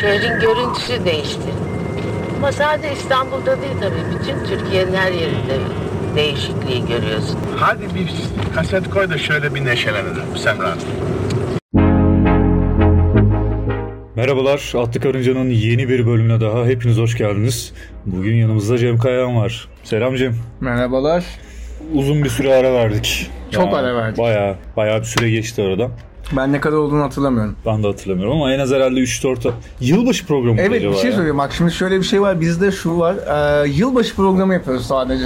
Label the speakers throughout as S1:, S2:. S1: Şehrin görüntüsü değişti. Ama sadece İstanbul'da değil tabii. Bütün Türkiye'nin her yerinde değişikliği görüyorsun.
S2: Hadi bir kaset koy da şöyle bir neşelenelim Semra.
S3: Merhabalar, Atlı Karınca'nın yeni bir bölümüne daha hepiniz hoş geldiniz. Bugün yanımızda Cem Kayan var. Selam Cem.
S4: Merhabalar.
S3: Uzun bir süre ara verdik.
S4: Çok ara verdik.
S3: Bayağı, bayağı bir süre geçti aradan.
S4: Ben ne kadar olduğunu hatırlamıyorum.
S3: Ben de hatırlamıyorum ama en az herhalde 3-4 yılbaşı programı mıydı
S4: Evet bir
S3: acaba
S4: şey
S3: ya?
S4: söyleyeyim. Bak şimdi şöyle bir şey var. Bizde şu var. Ee, yılbaşı programı yapıyoruz sadece.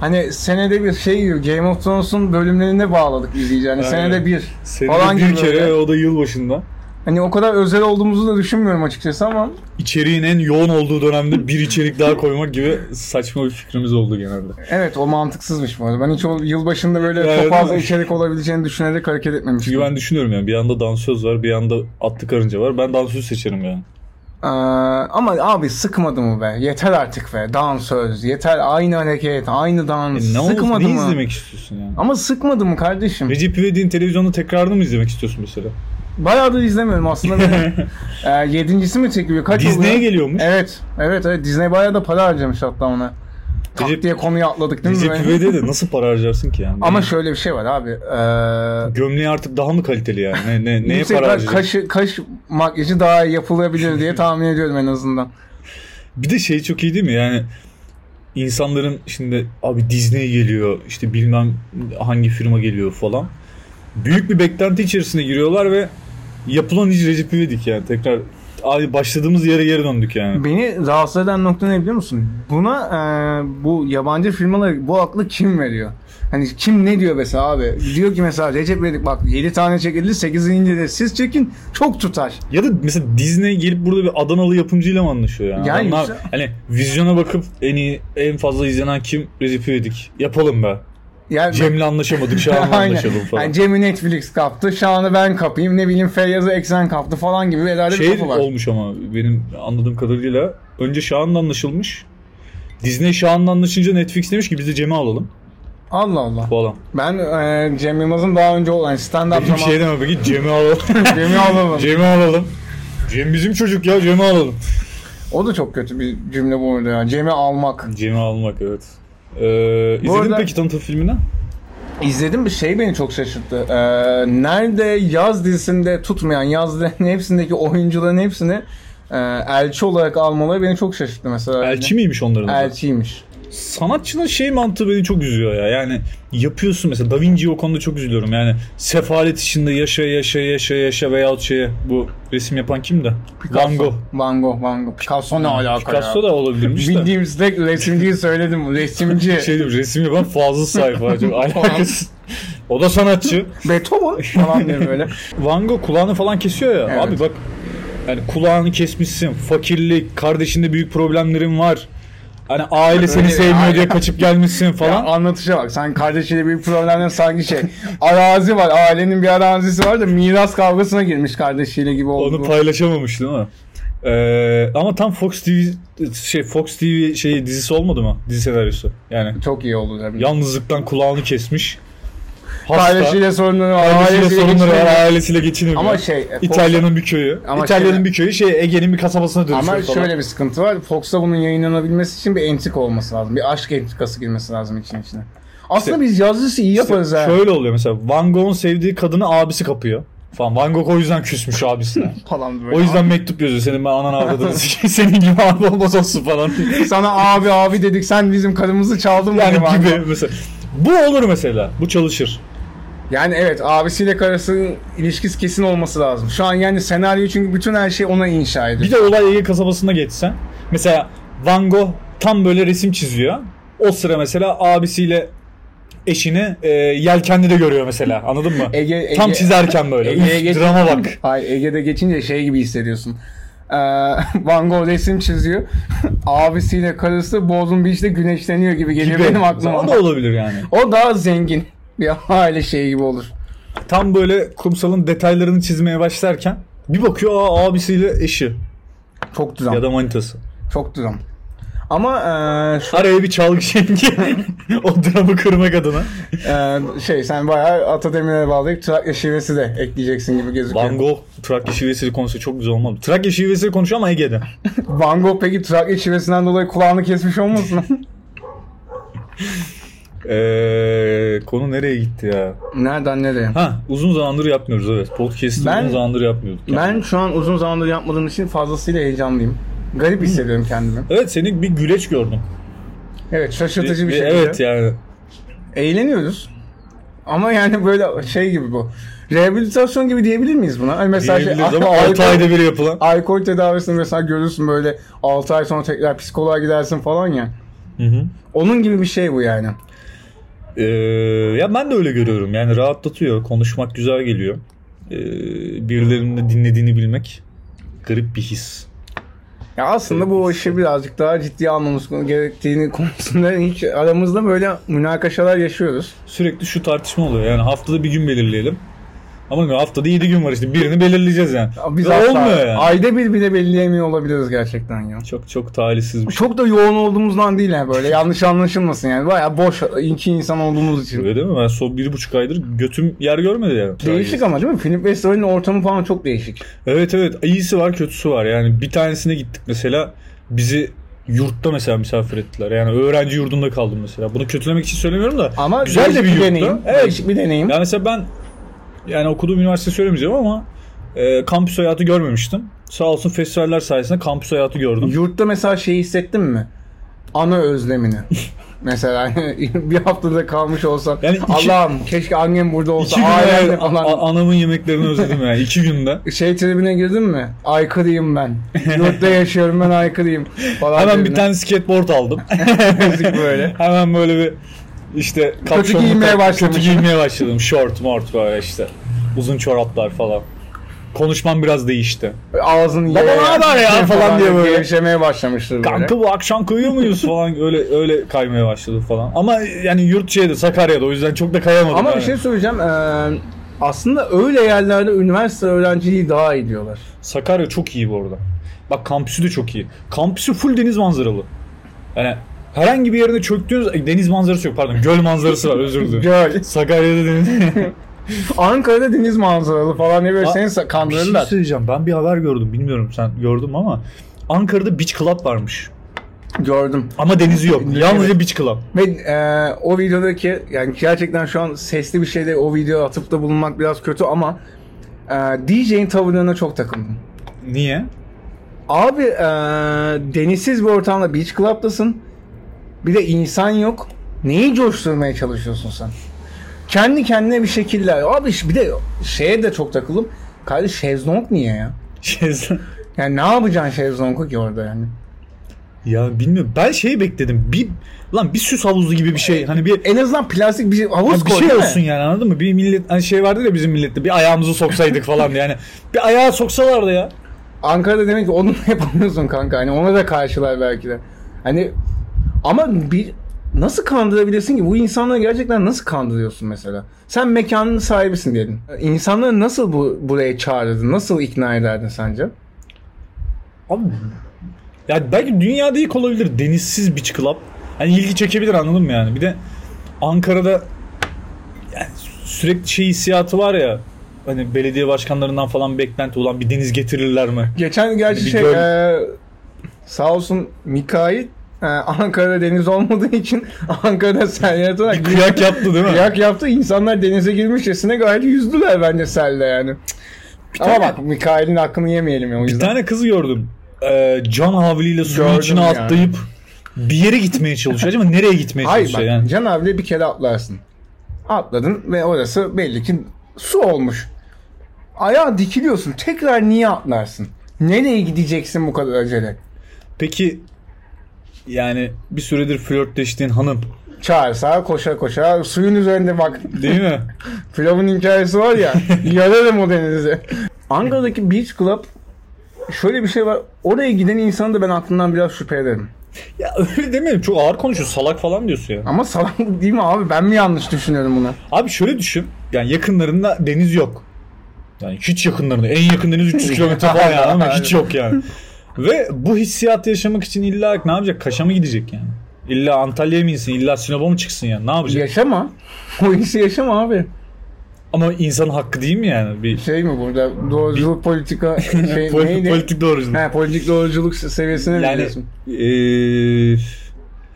S4: Hani senede bir şey gibi, Game of Thrones'un bölümlerine bağladık izleyici. Hani
S3: Aynen.
S4: senede bir
S3: Senede
S4: falan
S3: bir
S4: gibi
S3: kere
S4: böyle.
S3: o da yılbaşında.
S4: Hani o kadar özel olduğumuzu da düşünmüyorum açıkçası ama
S3: İçeriğin en yoğun olduğu dönemde bir içerik daha koymak gibi saçma bir fikrimiz oldu genelde.
S4: evet o mantıksızmış bu arada. Ben hiç o yılbaşında böyle
S3: Yani
S4: çok fazla
S3: değil mi?
S4: içerik olabileceğini düşünerek hareket etmemiştim.
S3: Çünkü ben düşünüyorum yani bir yanda dansöz var, bir yanda atlı karınca var. Ben dansöz seçerim yani.
S4: Ee, ama abi sıkmadı mı be? Yeter artık be. Dansöz, yeter aynı hareket, aynı dans.
S3: E ne oldu?
S4: sıkmadı
S3: Ne
S4: mı?
S3: izlemek istiyorsun yani?
S4: Ama sıkmadı mı kardeşim?
S3: Recep İvedik'in televizyonda tekrarını mı izlemek istiyorsun mesela?
S4: Bayağıdır izlemiyorum aslında. Benim, e, yedincisi mi çekiliyor? Kaç
S3: Disney'e
S4: oluyor?
S3: geliyormuş.
S4: Evet. Evet evet. Disney bayağı da para harcamış hatta ona. Tak
S3: Recep-
S4: diye konuyu atladık değil mi?
S3: Recep
S4: böyle?
S3: İvedik'e de nasıl para harcarsın ki yani?
S4: Ama
S3: Yani
S4: şöyle bir şey var abi. Ee,
S3: gömleği artık daha mı kaliteli yani? Ne, ne, neye
S4: yüksek
S3: para
S4: kaş,
S3: harcayacaksın?
S4: kaş, kaş makyajı daha iyi yapılabilir diye tahmin ediyorum en azından.
S3: Bir de şey çok iyi değil mi? Yani insanların şimdi abi Disney geliyor işte bilmem hangi firma geliyor falan. Büyük bir beklenti içerisine giriyorlar ve yapılan iş Recep İvedik yani tekrar abi başladığımız yere geri döndük yani.
S4: Beni rahatsız eden nokta ne biliyor musun? Buna e, bu yabancı firmalar bu aklı kim veriyor? Hani kim ne diyor mesela abi? Diyor ki mesela Recep İvedik bak 7 tane çekildi 8. de siz çekin çok tutar.
S3: Ya da mesela Disney gelip burada bir Adanalı yapımcıyla mı anlaşıyor yani?
S4: Yani
S3: Adamlar,
S4: işte-
S3: hani vizyona bakıp en iyi en fazla izlenen kim? Recep İvedik. Yapalım be.
S4: Yani
S3: Cem'le anlaşamadık, Şahan'la
S4: Aynen.
S3: anlaşalım falan.
S4: Yani Cem'i Netflix kaptı, Şahan'ı ben kapayım, ne bileyim Feyyaz'ı Eksen kaptı falan gibi herhalde bir
S3: şey
S4: kafa var.
S3: olmuş ama benim anladığım kadarıyla önce Şahan'la anlaşılmış. Disney Şahan'la anlaşınca Netflix demiş ki biz de Cem'i alalım
S4: Allah Allah.
S3: falan.
S4: Ben e, Cem Yılmaz'ın daha önce olan stand-up
S3: Benim
S4: zaman
S3: şey deme peki Cem'i alalım.
S4: Cem'i alalım.
S3: Cem'i alalım. Cem bizim çocuk ya Cem'i alalım.
S4: O da çok kötü bir cümle bu arada ya. Cem'i almak.
S3: Cem'i almak evet. Ee, izledin
S4: arada-
S3: peki tanıtım filmini?
S4: İzledim bir şey beni çok şaşırttı. E, nerede yaz dizisinde tutmayan yaz dizilerinin hepsindeki oyuncuların hepsini e, elçi olarak almaları beni çok şaşırttı mesela.
S3: Elçi miymiş onların? adı?
S4: Elçiymiş.
S3: Sanatçının şey mantığı beni çok üzüyor ya. Yani yapıyorsun mesela Da Vinci'yi o konuda çok üzülüyorum. Yani sefalet içinde yaşa yaşa yaşa yaşa veyahut şeye bu resim yapan kim de? Van Gogh.
S4: Van Gogh, Van Gogh. Picasso ne alaka
S3: Picasso
S4: ya?
S3: da olabilirmiş de.
S4: Bildiğimiz tek resimciyi söyledim. Resimci.
S3: Şey diyorum, resim yapan fazla sayfa. Çok alakası. O da sanatçı.
S4: Beethoven falan diye böyle.
S3: Van Gogh kulağını falan kesiyor ya.
S4: Evet.
S3: Abi bak yani kulağını kesmişsin. Fakirlik, kardeşinde büyük problemlerin var. Hani aile seni
S4: Öyle-
S3: sevmiyor diye
S4: Aynen.
S3: kaçıp gelmişsin
S4: Ya
S3: falan.
S4: anlatışa bak. Sen kardeşiyle bir problemden sanki şey. Arazi var. Ailenin bir arazisi var da miras kavgasına girmiş kardeşiyle gibi oldu.
S3: Onu paylaşamamış değil mi? Ee, ama tam Fox TV şey Fox TV şey dizisi olmadı mı? Dizi senaryosu. Yani
S4: Çok iyi oldu tabii.
S3: yalnızlıktan kulağını kesmiş. Hasta. Ailesiyle,
S4: Kardeşiyle sorunları var.
S3: sorunları var,
S4: geçinemiyor.
S3: ailesiyle geçinemiyor.
S4: Ama şey, e, Fox-
S3: İtalya'nın bir köyü.
S4: Ama
S3: İtalya'nın
S4: şöyle-
S3: bir köyü şey Ege'nin bir kasabasına dönüşüyor
S4: Ama
S3: falan.
S4: şöyle bir şey sıkıntı var. Fox'ta bunun yayınlanabilmesi için bir entrika olması lazım. Bir aşk entrikası girmesi lazım için içine. Aslında biz yazısı iyi yaparız ha.
S3: Şöyle oluyor mesela Van Gogh'un sevdiği kadını abisi kapıyor. Falan. Van Gogh o yüzden küsmüş abisine.
S4: falan böyle.
S3: o yüzden mektup yazıyor. Senin ben anan avradını sikeyim, Senin gibi abi olmaz olsun falan.
S4: sana abi abi dedik sen bizim karımızı çaldın
S3: Yani
S4: diye
S3: gibi mesela. Bu olur mesela. Bu çalışır.
S4: Yani evet abisiyle karısının ilişkisi kesin olması lazım. Şu an yani senaryo çünkü bütün her şey ona inşa ediyor.
S3: Bir de olay Ege kasabasına geçsen. Mesela Van Gogh tam böyle resim çiziyor. O sıra mesela abisiyle eşini e, yelkenli de görüyor mesela. Anladın mı?
S4: Ege- Ege-
S3: tam çizerken böyle.
S4: Ege'ye
S3: Üf,
S4: geçince-
S3: drama bak.
S4: Hayır Ege'de geçince şey gibi hissediyorsun. Ee, Van Gogh resim çiziyor. abisiyle karısı Bozun Beach'te güneşleniyor gibi geliyor benim aklıma.
S3: O da olabilir yani.
S4: O daha zengin bir aile şeyi gibi olur.
S3: Tam böyle kumsalın detaylarını çizmeye başlarken bir bakıyor aa abisiyle eşi
S4: Çok düzen.
S3: ya da manitası.
S4: Çok düzen. Ama e, şu,
S3: Araya bir çalgı şengi. o dramı kırmak adına.
S4: e, şey sen bayağı Atademir'e bağlayıp Trakya şivesi de ekleyeceksin gibi gözüküyor.
S3: Van Gogh Trakya şivesiyle konuşsa çok güzel olmadı. Trakya şivesiyle konuşuyor ama Ege'de.
S4: Van Gogh peki Trakya şivesinden dolayı kulağını kesmiş olmasın?
S3: Ee, konu nereye gitti ya?
S4: Nereden nereye?
S3: Ha uzun zamandır yapmıyoruz evet. Podcast'i
S4: Ben-
S3: uzun zamandır yapmıyorduk.
S4: Ben şu an uzun zamandır yapmadığım için fazlasıyla heyecanlıyım. Garip hissediyorum kendimi.
S3: Evet seni bir güleç gördüm. Ee,
S4: Evet şaşırtıcı bir şey.
S3: Evet yani.
S4: Eğleniyoruz. Ama yani böyle şey gibi bu. Rehabilitasyon gibi diyebilir miyiz buna? Hani mesela şey-
S3: Diyebiliriz ama 6
S4: alkol-
S3: ayda bir yapılan.
S4: Alkol tedavisini mesela görürsün böyle 6 ay sonra tekrar psikoloğa gidersin falan ya.
S3: Hı hı.
S4: Onun gibi bir şey bu yani.
S3: Ee, ya ben de öyle görüyorum. Yani rahatlatıyor. Konuşmak güzel geliyor. Ee, birilerinin de dinlediğini bilmek garip bir his.
S4: Ya aslında bu işi birazcık daha ciddiye almamız gerektiğini konusunda hiç aramızda böyle münakaşalar yaşıyoruz.
S3: Sürekli şu tartışma oluyor. Yani haftada bir gün belirleyelim. Ama haftada 7 gün var işte. Birini belirleyeceğiz yani.
S4: Ya Biz
S3: Ve
S4: asla-
S3: olmuyor yani.
S4: Ayda bir bile belirleyemiyor olabiliriz gerçekten ya.
S3: Çok çok talihsiz bir şey.
S4: Çok da yoğun olduğumuzdan değil yani böyle yanlış anlaşılmasın yani. Bayağı boş iki insan olduğumuz için.
S3: Öyle değil mi? Ben son bir buçuk aydır götüm yer görmedi yani.
S4: Değişik ama değil mi? Philip Wester'ın ortamı falan çok değişik.
S3: Evet evet. İyisi var kötüsü var. Yani bir tanesine gittik mesela. Bizi yurtta mesela misafir ettiler. Yani öğrenci yurdunda kaldım mesela. Bunu kötülemek için söylemiyorum da.
S4: Ama
S3: güzel de bir
S4: değişik
S3: yurtta.
S4: deneyim.
S3: Evet.
S4: Değişik bir deneyim.
S3: Yani mesela ben yani okuduğum üniversite söylemeyeceğim ama e, kampüs hayatı görmemiştim. Sağ olsun festivaller sayesinde kampüs hayatı gördüm.
S4: Yurtta mesela şeyi hissettin mi? Ana özlemini. mesela bir haftada kalmış olsam
S3: Yani iki-
S4: Allah'ım keşke annem burada olsa
S3: İki günde
S4: ailemle falan.
S3: a- anamın yemeklerini özledim yani. iki günde.
S4: şey tribine girdin mi? Aykırıyım ben. Yurtta yaşıyorum ben aykırıyım falan.
S3: Hemen bir
S4: tribine.
S3: tane skateboard aldım.
S4: Müzik böyle.
S3: Hemen böyle bir işte kapşonlu
S4: giymeye
S3: kap-
S4: başlamış.
S3: Kötü giymeye başladım. Short, mort böyle işte. Uzun çoraplar falan. Konuşmam biraz değişti.
S4: Ağzını ye. Şey
S3: Baba ne haber ya? falan diye böyle.
S4: Gevşemeye başlamıştır böyle.
S3: Kanka bu akşam kayıyor muyuz falan öyle öyle kaymaya başladı falan. Ama yani yurt şeydi Sakarya'da o yüzden çok da kayamadım.
S4: Ama bir
S3: yani.
S4: şey söyleyeceğim. Ee, aslında öyle yerlerde üniversite öğrenciliği daha iyi diyorlar.
S3: Sakarya çok iyi bu arada. Bak kampüsü de çok iyi. Kampüsü full deniz manzaralı. Yani herhangi bir yerine çöktüğünüz Ay, deniz manzarası yok pardon göl manzarası var özür dilerim.
S4: Göl.
S3: Sakarya'da deniz.
S4: Ankara'da deniz manzaralı falan diye böyle
S3: Aa,
S4: seni sa-
S3: bir şey
S4: kandırırlar.
S3: söyleyeceğim ben bir haber gördüm bilmiyorum sen gördün mü ama Ankara'da beach club varmış.
S4: Gördüm.
S3: Ama denizi yok. Yalnızca beach club.
S4: Ve e, o videodaki yani gerçekten şu an sesli bir şeyde o videoya atıp da bulunmak biraz kötü ama e, DJ'in tavırlarına çok takıldım.
S3: Niye?
S4: Abi e, denizsiz bir ortamda beach club'tasın. Bir de insan yok. Neyi coşturmaya çalışıyorsun sen? Kendi kendine bir şekiller. Abi ş- bir de şeye de çok takıldım. Kardeş şezlong niye ya?
S3: Şey-
S4: Yani ne yapacaksın şezlongu ki orada yani?
S3: Ya bilmiyorum. Ben şeyi bekledim. Bir lan bir süs havuzu gibi bir şey. Hani bir
S4: En azından plastik bir şey, havuz
S3: bir
S4: Ee, e, koy
S3: şey
S4: değil mi?
S3: olsun yani anladın mı? Bir millet hani şey vardı ya bizim millette bir ayağımızı soksaydık falan yani. Bir ayağa soksalardı ya.
S4: Ankara'da demek ki onu da yapamıyorsun kanka. Hani ona da karşılar belki de. Hani ama bir nasıl kandırabilirsin ki? Bu insanları gerçekten nasıl kandırıyorsun mesela? Sen mekanın sahibisin diyelim. İnsanları nasıl bu, buraya çağırırdın? Nasıl ikna ederdin sence?
S3: Abi ya belki dünyada ilk olabilir denizsiz beach club. Hani ilgi çekebilir anladın mı yani? Bir de Ankara'da yani sürekli şey hissiyatı var ya. Hani belediye başkanlarından falan beklenti olan bir deniz getirirler mi?
S4: Geçen gerçi
S3: Bir
S4: şey
S3: göl.
S4: e, sağ olsun Mikail e, Ankara'da deniz olmadığı için Ankara'da seryanet olarak
S3: Kıyak yaptı değil mi?
S4: Kıyak yaptı. İnsanlar denize girmişçesine gayet yüzdüler bence selde yani. Ama
S3: tane-
S4: bak Mikail'in hakkını yemeyelim ya o
S3: Bir
S4: yüzden.
S3: tane kız gördüm. Ee, can havliyle suyun
S4: Gördüm
S3: içine
S4: yani.
S3: atlayıp bir yere gitmeye çalışıyor. Acaba nereye gitmeye
S4: Hayır bak
S3: çalışıyor yani?
S4: Can abiyle bir kere atlarsın. Atladın ve orası belli ki su olmuş. Ayağa dikiliyorsun. Tekrar niye atlarsın? Nereye gideceksin bu kadar acele?
S3: Peki yani bir süredir flörtleştiğin hanım
S4: Çağırsa koşa koşa suyun üzerinde bak
S3: değil mi?
S4: Pilavın hikayesi var ya. yararım o denize. Ankara'daki Beach Club şöyle bir şey var. Oraya giden insanı da ben aklımdan biraz şüphe ederim.
S3: ya öyle demeyelim çok ağır konuşuyor salak falan diyorsun ya.
S4: Ama salak değil mi abi? Ben mi yanlış düşünüyorum bunu?
S3: Abi şöyle düşün yani yakınlarında deniz yok. Yani hiç yakınlarında en yakın deniz 300 kilometre falan yani ama hiç yok yani. Ve bu hissiyatı yaşamak için illa ne yapacak? Kaş'a mı gidecek yani? İlla Antalya'ya mı insin? İlla Sinop'a mı çıksın yani? Ne yapacak?
S4: Yaşama. O hissi yaşama abi.
S3: Ama insan hakkı değil mi yani? Bir
S4: Şey mi burada doğruculuk politika şey
S3: Pol-
S4: neydi?
S3: politik doğruculuk.
S4: He, politik doğruculuk seviyesine mi
S3: Yani
S4: diyorsun?
S3: eee,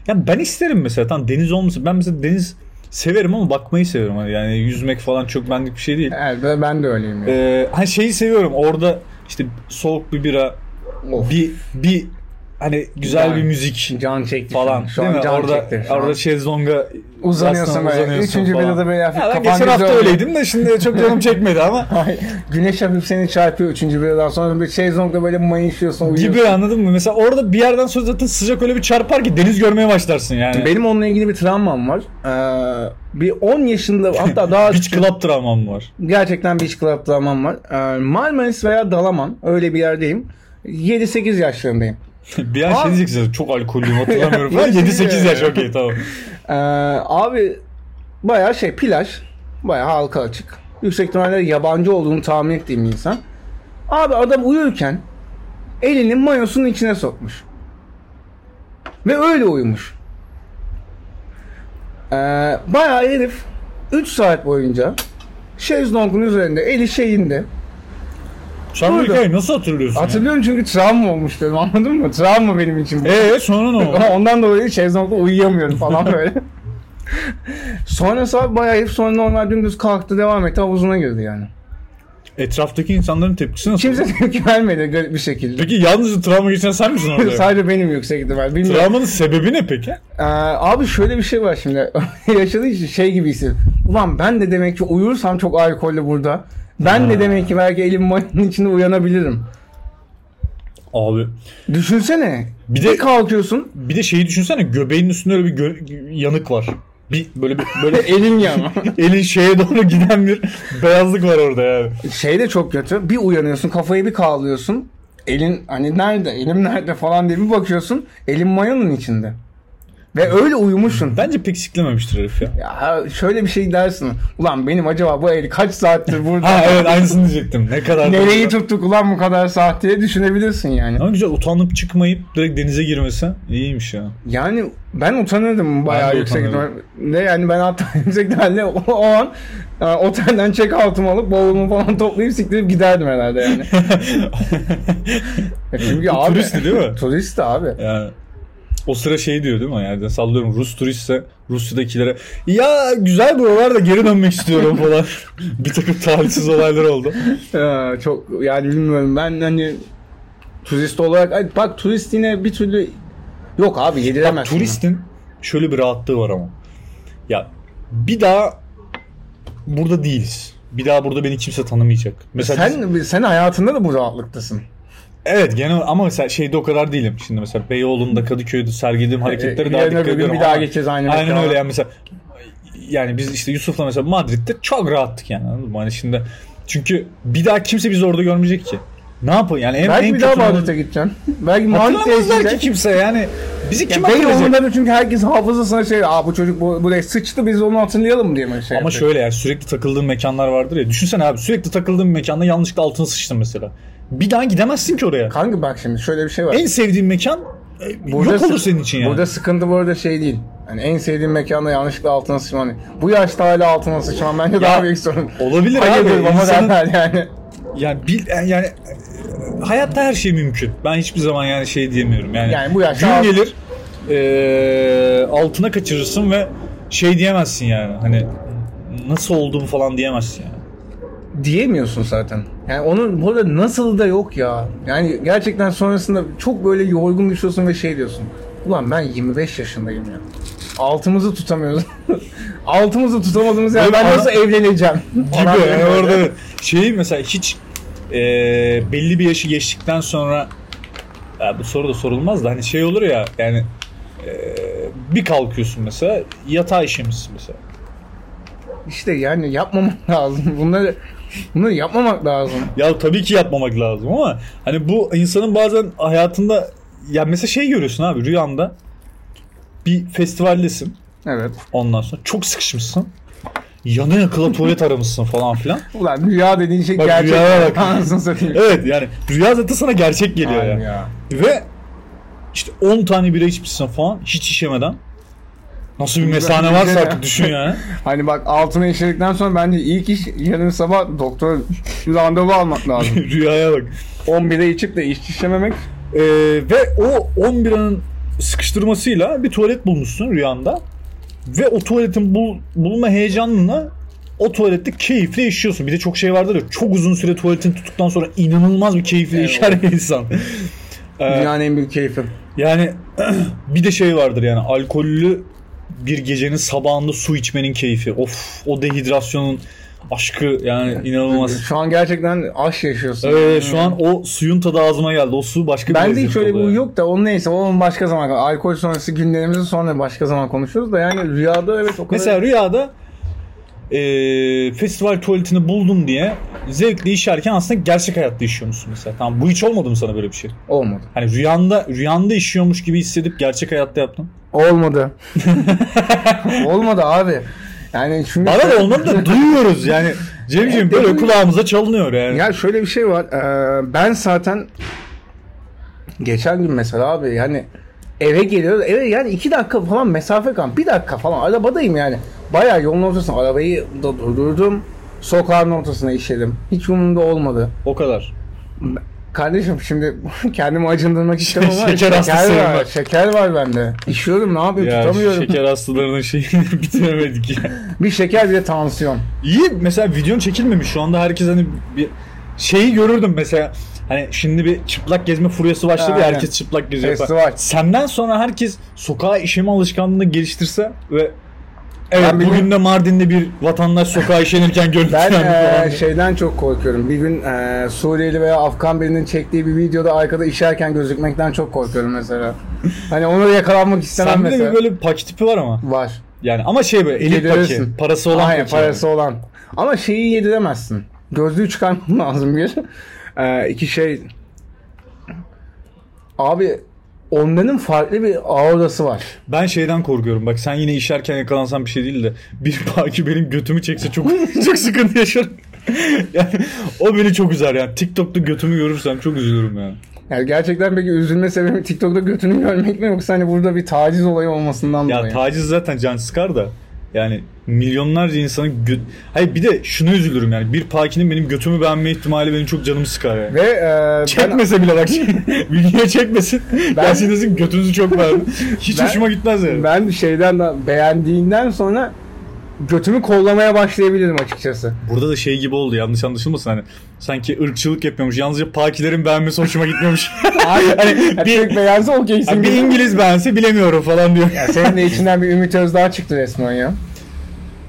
S3: ya ben isterim mesela tam deniz olmasın. Ben mesela deniz severim ama bakmayı seviyorum. Hani Yani yüzmek falan çok benlik bir şey değil.
S4: Evet ben- ben de öyleyim. ya.
S3: Eee hani şeyi seviyorum. Orada işte soğuk bir bira,
S4: Of.
S3: bir bir hani güzel
S4: Yani
S3: E, bir müzik
S4: Can çekti şu an.
S3: falan.
S4: Şu
S3: değil
S4: an
S3: mi?
S4: can
S3: orada
S4: çekti. Şu
S3: orada
S4: an.
S3: şezlonga
S4: Uzanıyorsun
S3: yaslan-
S4: böyle. Üçüncü
S3: falan.
S4: birada böyle hafif
S3: Ya ben
S4: kafan
S3: geçen hafta
S4: güzel oluyor.
S3: öyleydim de şimdi çok canım çekmedi ama
S4: Ay, Güneş hafif seni çarpıyor üçüncü biradan sonra bir şezlongda böyle mayışıyorsun uyuyorsun.
S3: gibi anladın mı? Mesela orada bir yerden sonra zaten sıcak öyle bir çarpar ki deniz görmeye başlarsın yani.
S4: Benim onunla ilgili bir travmam var. Ee, bir 10 yaşında hatta daha
S3: Beach Club travmam var.
S4: gerçekten beach club travmam var. Ee, Marmaris veya Dalaman öyle bir yerdeyim. 7-8 yaşlarındayım.
S3: Bir an
S4: Abi-
S3: şey diyeceksin çok alkollüyüm hatırlamıyorum falan.
S4: Ya,
S3: 7-8 yaş
S4: ya.
S3: okey tamam.
S4: Ee, abi bayağı şey plaj. Bayağı halka açık. Yüksek ihtimalle yabancı olduğunu tahmin ettiğim bir insan. Abi adam uyurken elini mayosunun içine sokmuş. Ve öyle uyumuş. Ee, bayağı herif 3 saat boyunca şezlongun üzerinde eli şeyinde
S3: Sen bu
S4: Doğru.
S3: hikayeyi nasıl hatırlıyorsun?
S4: Hatırlıyorum çünkü travma olmuş dedim anladın mı? Travma benim için bu.
S3: Eee Ee, sonra ne oldu?
S4: Ama Ondan dolayı şezlongda uyuyamıyorum falan böyle. sonra sabah bayağı herif sonra normal dümdüz kalktı devam etti havuzuna girdi yani.
S3: Etraftaki insanların tepkisi nasıl?
S4: Kimse tepki vermedi garip bir şekilde.
S3: Peki yalnız travma geçen sen misin orada?
S4: Sadece benim yüksek ihtimal. Bilmiyorum.
S3: Travmanın sebebi ne peki?
S4: Ee, abi şöyle bir şey var şimdi. Yaşadığı için şey gibi hisset. Ulan ben de demek ki uyursam çok alkollü burada. Ben de demek ki belki elim mayonun içinde uyanabilirim.
S3: Abi
S4: Düşünsene.
S3: Bir
S4: Bir
S3: de-
S4: de kalkıyorsun.
S3: bir de şeyi düşünsene göbeğinin üstünde öyle bir gö- yanık var. Bir böyle bir böyle
S4: Elin yanma.
S3: elin şeye doğru giden bir beyazlık var orada yani.
S4: şey de çok kötü. Bir uyanıyorsun kafayı bir kavlıyorsun. Elin hani nerede elim nerede falan diye bir bakıyorsun. Elin mayonun içinde. Ve öyle uyumuşsun.
S3: Bence pek siklememiştir herif ya.
S4: Ya şöyle bir şey dersin. Ulan benim acaba bu el kaç saattir burada?
S3: Ha evet aynısını diyecektim. Ne kadar
S4: Nereyi tuttuk ulan bu kadar saat diye düşünebilirsin yani.
S3: Ama güzel utanıp çıkmayıp direkt denize girmesi iyiymiş ya.
S4: Yani ben utanırdım bayağı
S3: Ben de
S4: yüksek
S3: utanırdım.
S4: ihtimal- Ne yani ben hatta yüksek ihtimalle o, o an e, otelden check out'umu alıp bavulumu falan toplayıp siktirip giderdim herhalde yani. Ya Çünkü abi,
S3: Turisti değil mi?
S4: Turist abi.
S3: Yani o sıra şey diyor değil mi? Yani sallıyorum Rus turistse Rusya'dakilere ya güzel buralar da geri dönmek istiyorum falan. bir takım talihsiz olaylar oldu.
S4: Ee, çok yani bilmiyorum ben hani turist olarak ay bak turist yine bir türlü yok abi
S3: Bak,
S4: yediremezsin.
S3: turistin şöyle bir rahatlığı var ama. Ya bir daha burada değiliz. Bir daha burada beni kimse tanımayacak. Mesela biz-
S4: sen sen hayatında da bu rahatlıktasın.
S3: evet genel ama mesela şeyde o kadar değilim. Şimdi mesela Beyoğlu'nda Kadıköy'de sergilediğim hareketleri
S4: Ee,
S3: daha
S4: yarın
S3: dikkat
S4: öbür gün
S3: ediyorum.
S4: bir daha
S3: ama-
S4: geçeceğiz aynı
S3: Aynen
S4: mekana.
S3: öyle yani mesela yani biz işte Yusuf'la mesela Madrid'de çok rahattık yani anladın mı? Hani şimdi çünkü bir daha kimse bizi orada görmeyecek ki. Ne yapın yani en,
S4: Belki
S3: en
S4: bir daha
S3: kötü olan-
S4: Madrid'e gideceksin. Belki Madrid'e
S3: Hatırlamazlar ki
S4: gideceksin.
S3: kimse yani. Bizi kim hatırlayacak?
S4: Beyoğlu'nda da çünkü herkes hafızasına şey Aa bu çocuk bu, buraya sıçtı biz onu hatırlayalım diye mi şey
S3: Ama
S4: yapıyor?
S3: şöyle yani sürekli takıldığın mekanlar vardır ya. Düşünsene abi sürekli takıldığın bir mekanda yanlışlıkla altına sıçtın mesela. Bir daha gidemezsin ki oraya.
S4: Kanka bak şimdi şöyle bir şey var.
S3: En sevdiğin mekan e, yok olur
S4: sık-
S3: senin için yani.
S4: Burada sıkıntı bu arada şey değil. Yani en sevdiğim mekanda yanlışlıkla altına sıçman. değil. Bu yaşta hala altına sıçman bence daha büyük sorun.
S3: Olabilir abi.
S4: Hayırdır baba
S3: insanın-
S4: derler yani.
S3: Yani bil yani e, hayatta her şey mümkün. Ben hiçbir zaman yani şey diyemiyorum. Yani,
S4: Yani bu yaşta
S3: gün
S4: alt-
S3: gelir e, altına kaçırırsın ve şey diyemezsin yani. Hani nasıl olduğum falan diyemezsin yani.
S4: Diyemiyorsun zaten. Yani onun burada nasıl da yok ya. Yani gerçekten sonrasında çok böyle yorgun düşüyorsun ve şey diyorsun. Ulan ben 25 yaşındayım ya. Altımızı tutamıyoruz. Altımızı tutamadığımız yani
S3: Böyle
S4: ben
S3: ara-
S4: nasıl evleneceğim?
S3: gibi
S4: Falan
S3: yani
S4: böyle.
S3: orada şey mesela hiç e, belli bir yaşı geçtikten sonra ya bu soru da sorulmaz da hani şey olur ya yani e, bir kalkıyorsun mesela yatağa işemişsin mesela.
S4: İşte yani yapmamak lazım. Bunları bunları yapmamak lazım.
S3: Ya tabii ki yapmamak lazım ama hani bu insanın bazen hayatında ya mesela şey görüyorsun abi rüyanda bir festivaldesin
S4: Evet.
S3: ondan sonra çok sıkışmışsın. Yana yakıla tuvalet aramışsın falan filan.
S4: Ulan rüya dediğin şey
S3: Bak
S4: gerçek.
S3: rüyaya bak.
S4: Anasını satayım.
S3: Evet yani rüya zaten sana gerçek geliyor
S4: Aynen
S3: ya.
S4: ya.
S3: Ve işte 10 tane bira içmişsin falan hiç işemeden. Nasıl bir mesane varsa artık düşün yani.
S4: Hani bak altına işledikten sonra bence ilk iş yarın sabah doktor randevu almak lazım.
S3: Rüyaya bak.
S4: 11'e içip de iş işlememek.
S3: Ee, ve o 10 biranın sıkıştırmasıyla bir tuvalet bulmuşsun rüyanda. Ve o tuvaletin bul- bulma heyecanına o tuvalette keyifle işiyorsun. Bir de çok şey vardır ya çok uzun süre tuvaletin tuttuktan sonra inanılmaz bir keyifle
S4: Evet.
S3: işer ya insan. Ee,
S4: Dünyanın en büyük keyfi.
S3: Yani bir de şey vardır yani alkollü bir gecenin sabahında su içmenin keyfi. Of o dehidrasyonun aşkı yani inanılmaz.
S4: Şu an gerçekten aş yaşıyorsun.
S3: Evet şu an o suyun tadı ağzıma geldi. O su başka bir
S4: Ben de
S3: lezzet
S4: hiç öyle bir
S3: oluyor.
S4: huy yok da onun neyse onun başka zaman alkol sonrası günlerimizi sonra başka zaman konuşuruz da yani rüyada evet o kadar
S3: Mesela rüyada eee, festival tuvaletini buldum diye zevkli işerken aslında gerçek hayatta işiyormuşsun mesela. Tamam bu hiç olmadı mı sana böyle bir şey?
S4: olmadı.
S3: Hani rüyanda rüyanda işiyormuş gibi hissedip gerçek hayatta yaptın.
S4: Olmadı. olmadı abi. Yani çünkü
S3: Bana da olmadı da duyuyoruz yani. Cemciğim böyle kulağımıza çalınıyor yani.
S4: Ya şöyle bir şey var. Ee, ben zaten geçen gün mesela abi yani eve geliyoruz. Eve yani iki dakika falan mesafe kan. Bir dakika falan arabadayım yani. Bayağı yolun ortasına arabayı da durdurdum. Sokağın ortasına işledim. Hiç umurumda olmadı.
S3: O kadar.
S4: Kardeşim şimdi kendimi acındırmak istemem ama
S3: Şeker hastasıyım
S4: var.
S3: bak.
S4: Şeker var bende. İşiyorum ne yapayım
S3: Ya
S4: tutamıyorum.
S3: şeker hastalarının şeyini bitiremedik ya.
S4: Bir şeker bir de tansiyon.
S3: İyi mesela videon çekilmemiş şu anda herkes hani bir şeyi görürdüm mesela hani şimdi bir çıplak gezme furyası başladı ya
S4: Aynen.
S3: herkes çıplak geziyor. falan.
S4: Festival.
S3: Senden sonra herkes sokağa işeme alışkanlığını geliştirse ve evet
S4: Ben bir
S3: bugün
S4: gün-
S3: de Mardin'de bir vatandaş sokağa işenirken
S4: Ben e, şey
S3: görüntülendi
S4: eee,
S3: falan.
S4: şeyden çok korkuyorum. Bir gün eee, Suriyeli veya Afgan birinin çektiği bir videoda arkada işerken gözükmekten çok korkuyorum mesela. Hani onu yakalanmak istemem
S3: Sende de
S4: mesela.
S3: bir böyle paki tipi var ama.
S4: Var.
S3: Yani ama şey böyle elit paki.
S4: Yedirirsin.
S3: Parası olan
S4: Aynen,
S3: paki.
S4: parası olan. Ama şeyi yediremezsin. Gözlüğü çıkarman lazım bir. Eee iki şey. Abi onların farklı bir aurası var.
S3: Ben şeyden korkuyorum bak sen yine işerken yakalansan bir şey değil de bir paki benim götümü çekse çok çok sıkıntı yaşarım. yani o beni çok üzer yani. TikTok'ta götümü görürsem çok üzülürüm yani.
S4: Yani gerçekten peki üzülme sebebi TikTok'ta götünü görmek mi yoksa hani burada bir taciz olayı olmasından
S3: Ya
S4: dolayı?
S3: taciz zaten can sıkar da yani milyonlarca insanın gö- Hayır bir de şuna üzülürüm yani bir pakinin benim götümü beğenme ihtimali benim çok canımı sıkar yani.
S4: Ve eee, ben
S3: Çekmese bile bak videoya çekmesin. Ben... Gelsin desin götünüzü çok beğendim. Hiç
S4: Ben-
S3: hoşuma gitmez yani.
S4: Ben şeyden de beğendiğinden sonra götümü kollamaya başlayabilirim açıkçası.
S3: Burada da şey gibi oldu yanlış anlaşılmasın hani sanki ırkçılık yapıyormuş yalnızca pakilerin beğenmesi hoşuma gitmiyormuş.
S4: Hani
S3: bir-
S4: bir beğense okeysin.
S3: Hani bir
S4: gibi.
S3: İngiliz beğense bilemiyorum falan diyor.
S4: Ya Senin de içinden bir Ümit Özdağ çıktı resmen ya.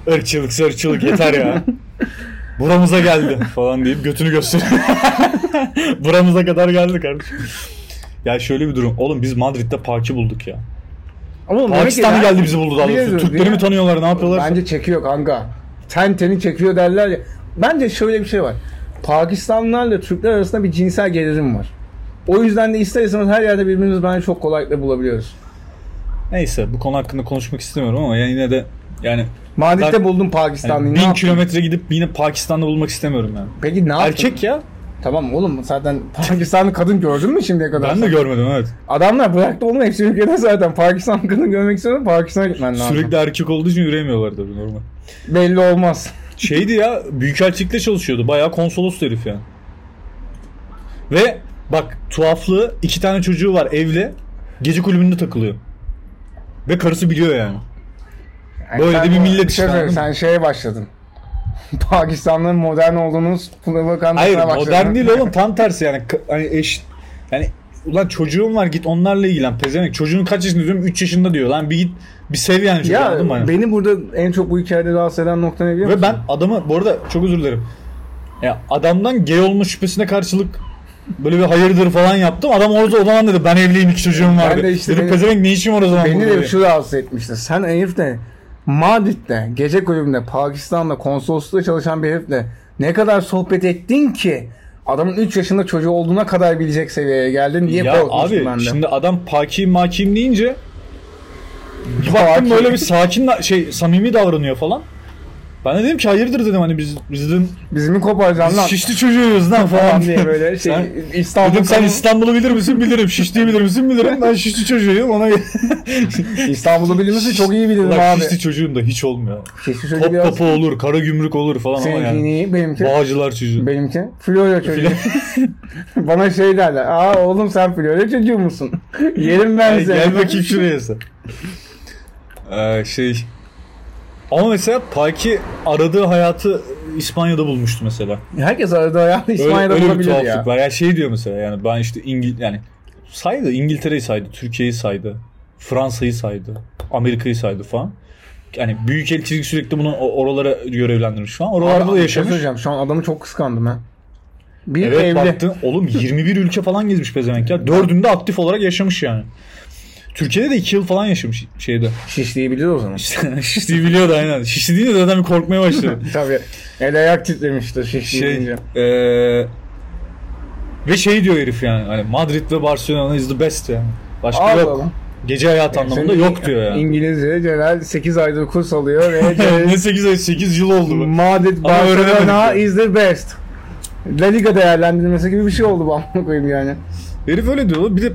S3: Irkçılık sırçılık yeter ya. Buramıza geldi falan deyip götünü gösteriyor. Buramıza kadar geldi kardeşim. Ya şöyle bir durum. Oğlum biz Madrid'de parki bulduk ya.
S4: Ama demek ki
S3: Pakistan'ı
S4: ben-
S3: geldi bizi buldu daha doğrusu.
S4: Biliyoruz
S3: Türkleri
S4: ya.
S3: mi tanıyorlar ne yapıyorlar?
S4: Bence çekiyor kanka. Ten teni çekiyor derler ya. Bence şöyle bir şey var. Pakistanlılarla Türkler arasında bir cinsel gerilim var. O yüzden de ister istemez her yerde birbirimizi bence çok kolaylıkla bulabiliyoruz.
S3: Neyse bu konu hakkında konuşmak istemiyorum ama yani yine de yani
S4: Madrid'de
S3: Bak-
S4: buldum Pakistanlıyı.
S3: hani
S4: ne
S3: bin
S4: yaptın?
S3: kilometre gidip yine Pakistan'da bulmak istemiyorum yani.
S4: Peki ne yaptın?
S3: Erkek ya.
S4: Tamam oğlum zaten Pakistanlı kadın gördün mü şimdiye kadar?
S3: Ben de görmedim evet.
S4: Adamlar bıraktı oğlum hepsi ülkede zaten. Pakistan kadın görmek istiyorsan Pakistan'a gitmen lazım.
S3: Sürekli erkek olduğu için yürüyemiyorlar tabii normal.
S4: Belli olmaz.
S3: Şeydi ya büyükelçilikte çalışıyordu. Bayağı konsolos herif yani. Ve bak tuhaflığı iki tane çocuğu var evli. Gece kulübünde takılıyor. Ve karısı biliyor yani.
S4: Yani
S3: Böyle
S4: sen
S3: de bir
S4: bu-
S3: millet
S4: şey
S3: işte,
S4: söyleyeyim,
S3: anladın
S4: Sen şeye başladın. Pakistan'ın modern olduğunu propagandasına
S3: Hayır
S4: başladın.
S3: modern değil oğlum tam tersi yani. K- Hani eş yani ulan çocuğum var git onlarla ilgilen pezevenk. Çocuğun kaç yaşında diyorum 3 yaşında diyor lan bir git bir sev yani çocuğu
S4: Ya
S3: anladın mı? hani?
S4: beni burada en çok bu hikayede rahatsız eden nokta ne biliyor
S3: Ve
S4: musun?
S3: ben adamı bu arada çok özür dilerim. Ya adamdan gay olma şüphesine karşılık böyle bir hayırdır falan yaptım. Adam orada o zaman dedi ben evliyim iki çocuğum var.
S4: de işte
S3: Dedim
S4: benim-
S3: pezevenk ne işim var o zaman
S4: Beni
S3: burada?"
S4: de şu rahatsız etmişti. Sen herif de Madrid'de, gece kulübünde, Pakistan'da, konsolosluğunda çalışan bir herifle ne kadar sohbet ettin ki adamın 3 yaşında çocuğu olduğuna kadar bilecek seviyeye geldin diye
S3: Ya
S4: korkmuştum
S3: abi
S4: ben de.
S3: şimdi adam pakim makim deyince bir
S4: Pakim.
S3: baktım böyle bir sakin şey samimi davranıyor falan. Ben de dedim ki hayırdır dedim hani biz bizim
S4: Bizi mi koparacaksın
S3: biz
S4: lan?
S3: şişli çocuğuyuz lan falan
S4: falan diye böyle şey
S3: Sen-
S4: İstanbul
S3: Dedim sen
S4: kadın-
S3: İstanbul'u bilir misin? Bilirim. Şişli'yi bilir misin? Bilirim. Ben şişli çocuğuyum. Ona
S4: İstanbul'u bilmesi çok iyi bilirim
S3: Ulan
S4: abi.
S3: Şişli çocuğum da hiç olmuyor.
S4: Keşke şöyle
S3: Top
S4: biraz
S3: topu olur, kara gümrük olur falan ama
S4: seninki
S3: yani.
S4: iyi benimki.
S3: Bağcılar çocuğu.
S4: Benimki Florya çocuğu. Bana şey derler. Aa oğlum sen Florya çocuğu musun? Yerim ben
S3: Ay,
S4: seni.
S3: Gel bakayım şuraya sen. Ee, şey. Ama mesela Paki aradığı hayatı İspanya'da bulmuştu mesela.
S4: Herkes arada ya
S3: öyle,
S4: İspanya'da
S3: öyle bir
S4: bulabilir
S3: tuhaflık
S4: ya.
S3: var. Ya şey diyor mesela yani ben işte İngil yani saydı İngiltere'yi saydı, Türkiye'yi saydı, Fransa'yı saydı, Amerika'yı saydı falan. Yani büyük elçilik sürekli bunu o- oralara görevlendirmiş falan. Oralarda da
S4: Abi, bir şey
S3: yaşamış.
S4: söyleyeceğim, Şu an adamı çok kıskandım ha. Bir
S3: Evet
S4: evli.
S3: baktın oğlum 21 ülke falan gezmiş pezevenk ya. Dördünde aktif olarak yaşamış yani. Türkiye'de de 2 yıl falan yaşamış şeyde.
S4: Şişliği biliyor o zaman.
S3: İşte Şişli'yi biliyordu aynen. Şişli deyince zaten bir korkmaya başladı.
S4: Tabii. El ayak titremiştir şişliği
S3: şey
S4: deyince.
S3: eee, ve şey diyor herif yani hani Madrid ve Barcelona is the best yani. Başka
S4: Al
S3: yok.
S4: oğlum.
S3: Gece hayatı anlamında
S4: Senin
S3: yok diyor yani.
S4: İngilizce Celal 8 aydır kurs alıyor ve Celal
S3: ne 8 ay 8 yıl oldu bu.
S4: Madrid
S3: Ama öğrenemedik
S4: Barcelona
S3: yani.
S4: is the best. La Liga değerlendirmesi gibi bir şey oldu bu amına koyayım yani.
S3: Herif öyle diyor. oğlum. Bir de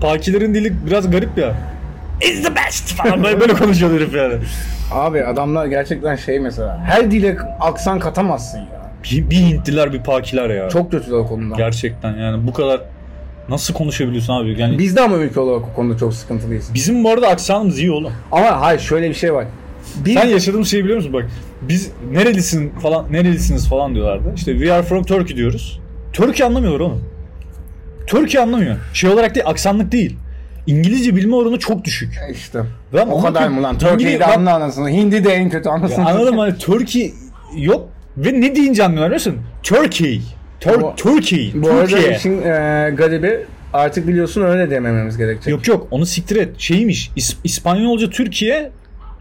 S3: Pakilerin dili biraz garip ya. Is the best falan böyle, böyle konuşuyor herif yani.
S4: Abi adamlar gerçekten şey mesela her dile aksan katamazsın ya.
S3: Bir, bir Hintliler bir Pakiler ya.
S4: Çok kötüler o konuda.
S3: Gerçekten yani bu kadar nasıl konuşabiliyorsun abi? Yani
S4: Biz de ama ülke olarak o konuda çok sıkıntılıyız.
S3: bizim bu arada aksanımız iyi oğlum.
S4: Ama hayır şöyle bir şey var. Bir,
S3: Sen yaşadığımız şeyi biliyor musun bak? Biz nerelisin falan nerelisiniz falan diyorlardı. İşte we are from Turkey diyoruz. Turkey anlamıyorlar oğlum. Turkey anlamıyor. Şey olarak değil, aksanlık değil. İngilizce bilme oranı çok düşük.
S4: işte.
S3: Ben
S4: o
S3: onu-
S4: kadar mı lan?
S3: İngiliz-
S4: Türkiye'de
S3: ben-
S4: anla anasını. Hindi de en kötü anasını.
S3: Anladın mı? Hani Turkey yok ve ne deyince anlıyorlar biliyor musun? Turkey. Tur-
S4: Bu-
S3: Turkey.
S4: Bu arada
S3: Türkiye.
S4: işin e, garibi artık biliyorsun öyle demememiz gerekecek.
S3: Yok yok onu siktir et. Şeymiş. İs- İspanyolca Türkiye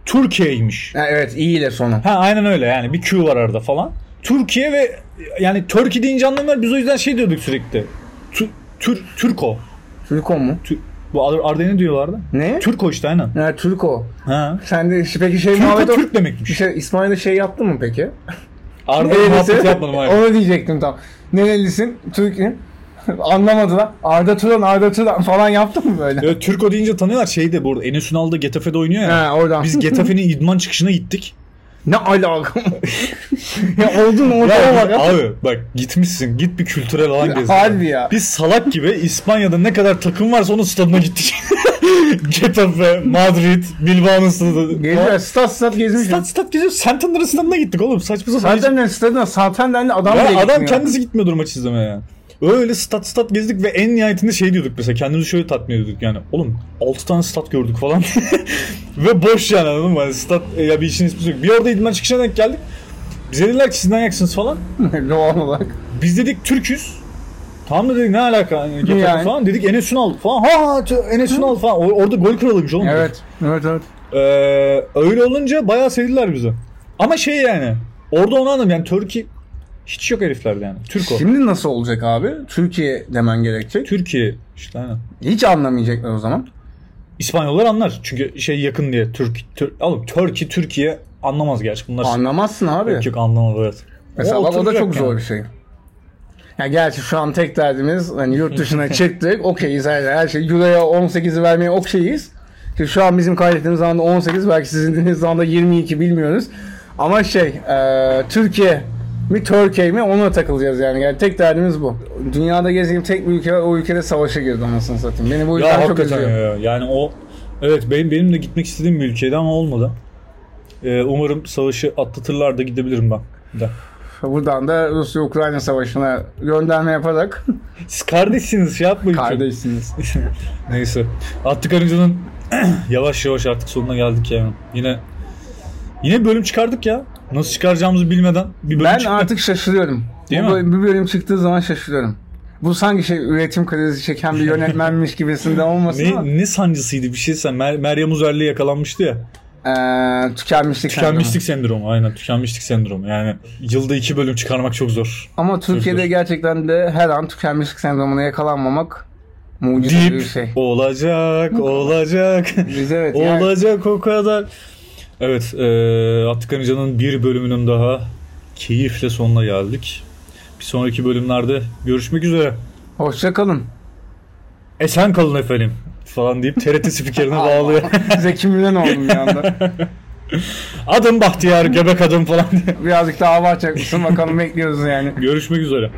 S3: Türkiye'ymiş.
S4: Ha, evet iyi ile sonu.
S3: Ha aynen öyle yani bir Q var arada falan. Türkiye ve yani Turkey deyince anlamıyorlar. Biz o yüzden şey diyorduk sürekli. Tu- Tür- Türko.
S4: Türko mu?
S3: Tü- bu Ar- Arden'i diyorlardı.
S4: Ne?
S3: Türko işte aynen.
S4: Ha, Türko.
S3: Ha.
S4: Sen de işte peki şey
S3: Türko
S4: muhabbet
S3: Türk
S4: Bir
S3: demekmiş.
S4: şey, İsmail'de şey yaptı mı peki?
S3: Arden'in muhabbet yapmadım hayır.
S4: Onu diyecektim tam. Nerelisin? Türk'üm. Anlamadılar. Arda Turan, Arda Turan falan yaptı mı böyle?
S3: Evet, Türko deyince tanıyorlar şeyde bu arada Enes Ünal da Getafe'de oynuyor ya.
S4: He oradan.
S3: Biz Getafe'nin idman çıkışına gittik.
S4: ne alaka? ya oldun ortaya bak. Ya.
S3: abi bak gitmişsin git bir kültürel alan gez.
S4: Harbi ya.
S3: Biz salak gibi İspanya'da ne kadar takım varsa onun stadına gittik. Getafe, Madrid, Bilbao'nun stadı.
S4: Geziyor. Stat stat gezmiş.
S3: Stat stat geziyoruz. Santander'ın stadına gittik oğlum. Saçma sapan.
S4: Zaten stadına Santander'le adam
S3: Ya
S4: bile
S3: adam
S4: gitmiyor.
S3: kendisi gitmiyordur maç izlemeye ya. Öyle stat stat gezdik ve en nihayetinde şey diyorduk mesela kendimizi şöyle tatmin ediyorduk yani oğlum 6 tane stat gördük falan ve boş yani anladın mı? Yani stat e, ya bir işin hiçbirisi yok. Bir orada idman çıkışına denk geldik. Bize dediler ki siz ne ayaksınız falan.
S4: Doğal olarak.
S3: Biz dedik Türküz. Tamam da dedik ne alaka hani Getafe
S4: Yani.
S3: falan dedik Enes Ünal falan ha ha tö- Enes Ünal falan O- orada gol kralıymış oğlum.
S4: Evet. Evet evet.
S3: Ee, öyle olunca bayağı sevdiler bizi. Ama şey yani orada onu anladım yani Turkey hiç yok heriflerde yani. Türk o.
S4: Şimdi nasıl olacak abi? Türkiye demen gerekecek.
S3: Türkiye işte aynen.
S4: Hiç anlamayacaklar o zaman.
S3: İspanyollar anlar çünkü şey yakın diye Türk, Türk oğlum Turkey Türkiye anlamaz gerçi bunlar.
S4: Anlamazsın abi.
S3: Yok yok anlamaz evet.
S4: Mesela bak o da
S3: oturacak
S4: çok zor
S3: yani.
S4: bir şey. Ya gerçi şu an tek derdimiz hani yurt dışına çıktık. Okeyiz her, her şey. Euro'ya 18'i vermeye okşeyiz. Ki şu an bizim kaydettiğimiz anda 18 belki sizin dediğiniz anda 22 bilmiyoruz. Ama şey e, Türkiye mi Türkiye mi ona takılacağız yani. yani. Tek derdimiz bu. Dünyada gezdiğim tek bir ülke var. O ülkede savaşa girdi anasını satayım. Beni bu
S3: Ya
S4: yüzden çok
S3: hakikaten
S4: üzüyor.
S3: ya. Yani o evet benim benim de gitmek istediğim bir ülkeydi ama olmadı. Ee, umarım savaşı atlatırlar da gidebilirim ben. De.
S4: Buradan da Rusya-Ukrayna savaşına gönderme yaparak
S3: Siz kardeşsiniz şey yapmayın. çok.
S4: kardeşsiniz.
S3: Neyse. Attık Arınca'nın yavaş yavaş artık sonuna geldik yani. Yine yine bölüm çıkardık ya. Nasıl çıkaracağımızı bilmeden bir bölüm
S4: Ben
S3: çıktı.
S4: artık şaşırıyorum.
S3: Değil
S4: Bu
S3: mi?
S4: bölüm- Bir bölüm çıktığı zaman şaşırıyorum. Bu sanki şey üretim krizi çeken bir yönetmenmiş gibisinden olmasın ama
S3: ne, ne sancısıydı bir şeyse Mer- Meryem Uzerli yakalanmıştı ya.
S4: eee, Ee, tükenmişlik.
S3: Tükenmişlik sendromu aynen tükenmişlik sendromu. Yani yılda iki bölüm çıkarmak çok zor.
S4: sendromu. Ama Türkiye'de
S3: Sözler.
S4: gerçekten de her an tükenmişlik sendromuna yakalanmamak mucize bir
S3: Deyip
S4: şey.
S3: olacak olacak
S4: Biz evet yani
S3: olacak o kadar. Evet, eee Attık Anıcan'ın bir bölümünün daha keyifle sonuna geldik. Bir sonraki bölümlerde görüşmek üzere.
S4: Hoşça kalın.
S3: Esen kalın efendim falan deyip TRT spikerine bağlıyor.
S4: Zeki Müren oldum bir anda.
S3: adım Bahtiyar, göbek adım falan diye.
S4: Birazcık daha hava açacak mısın? Bakalım bekliyoruz yani.
S3: Görüşmek üzere.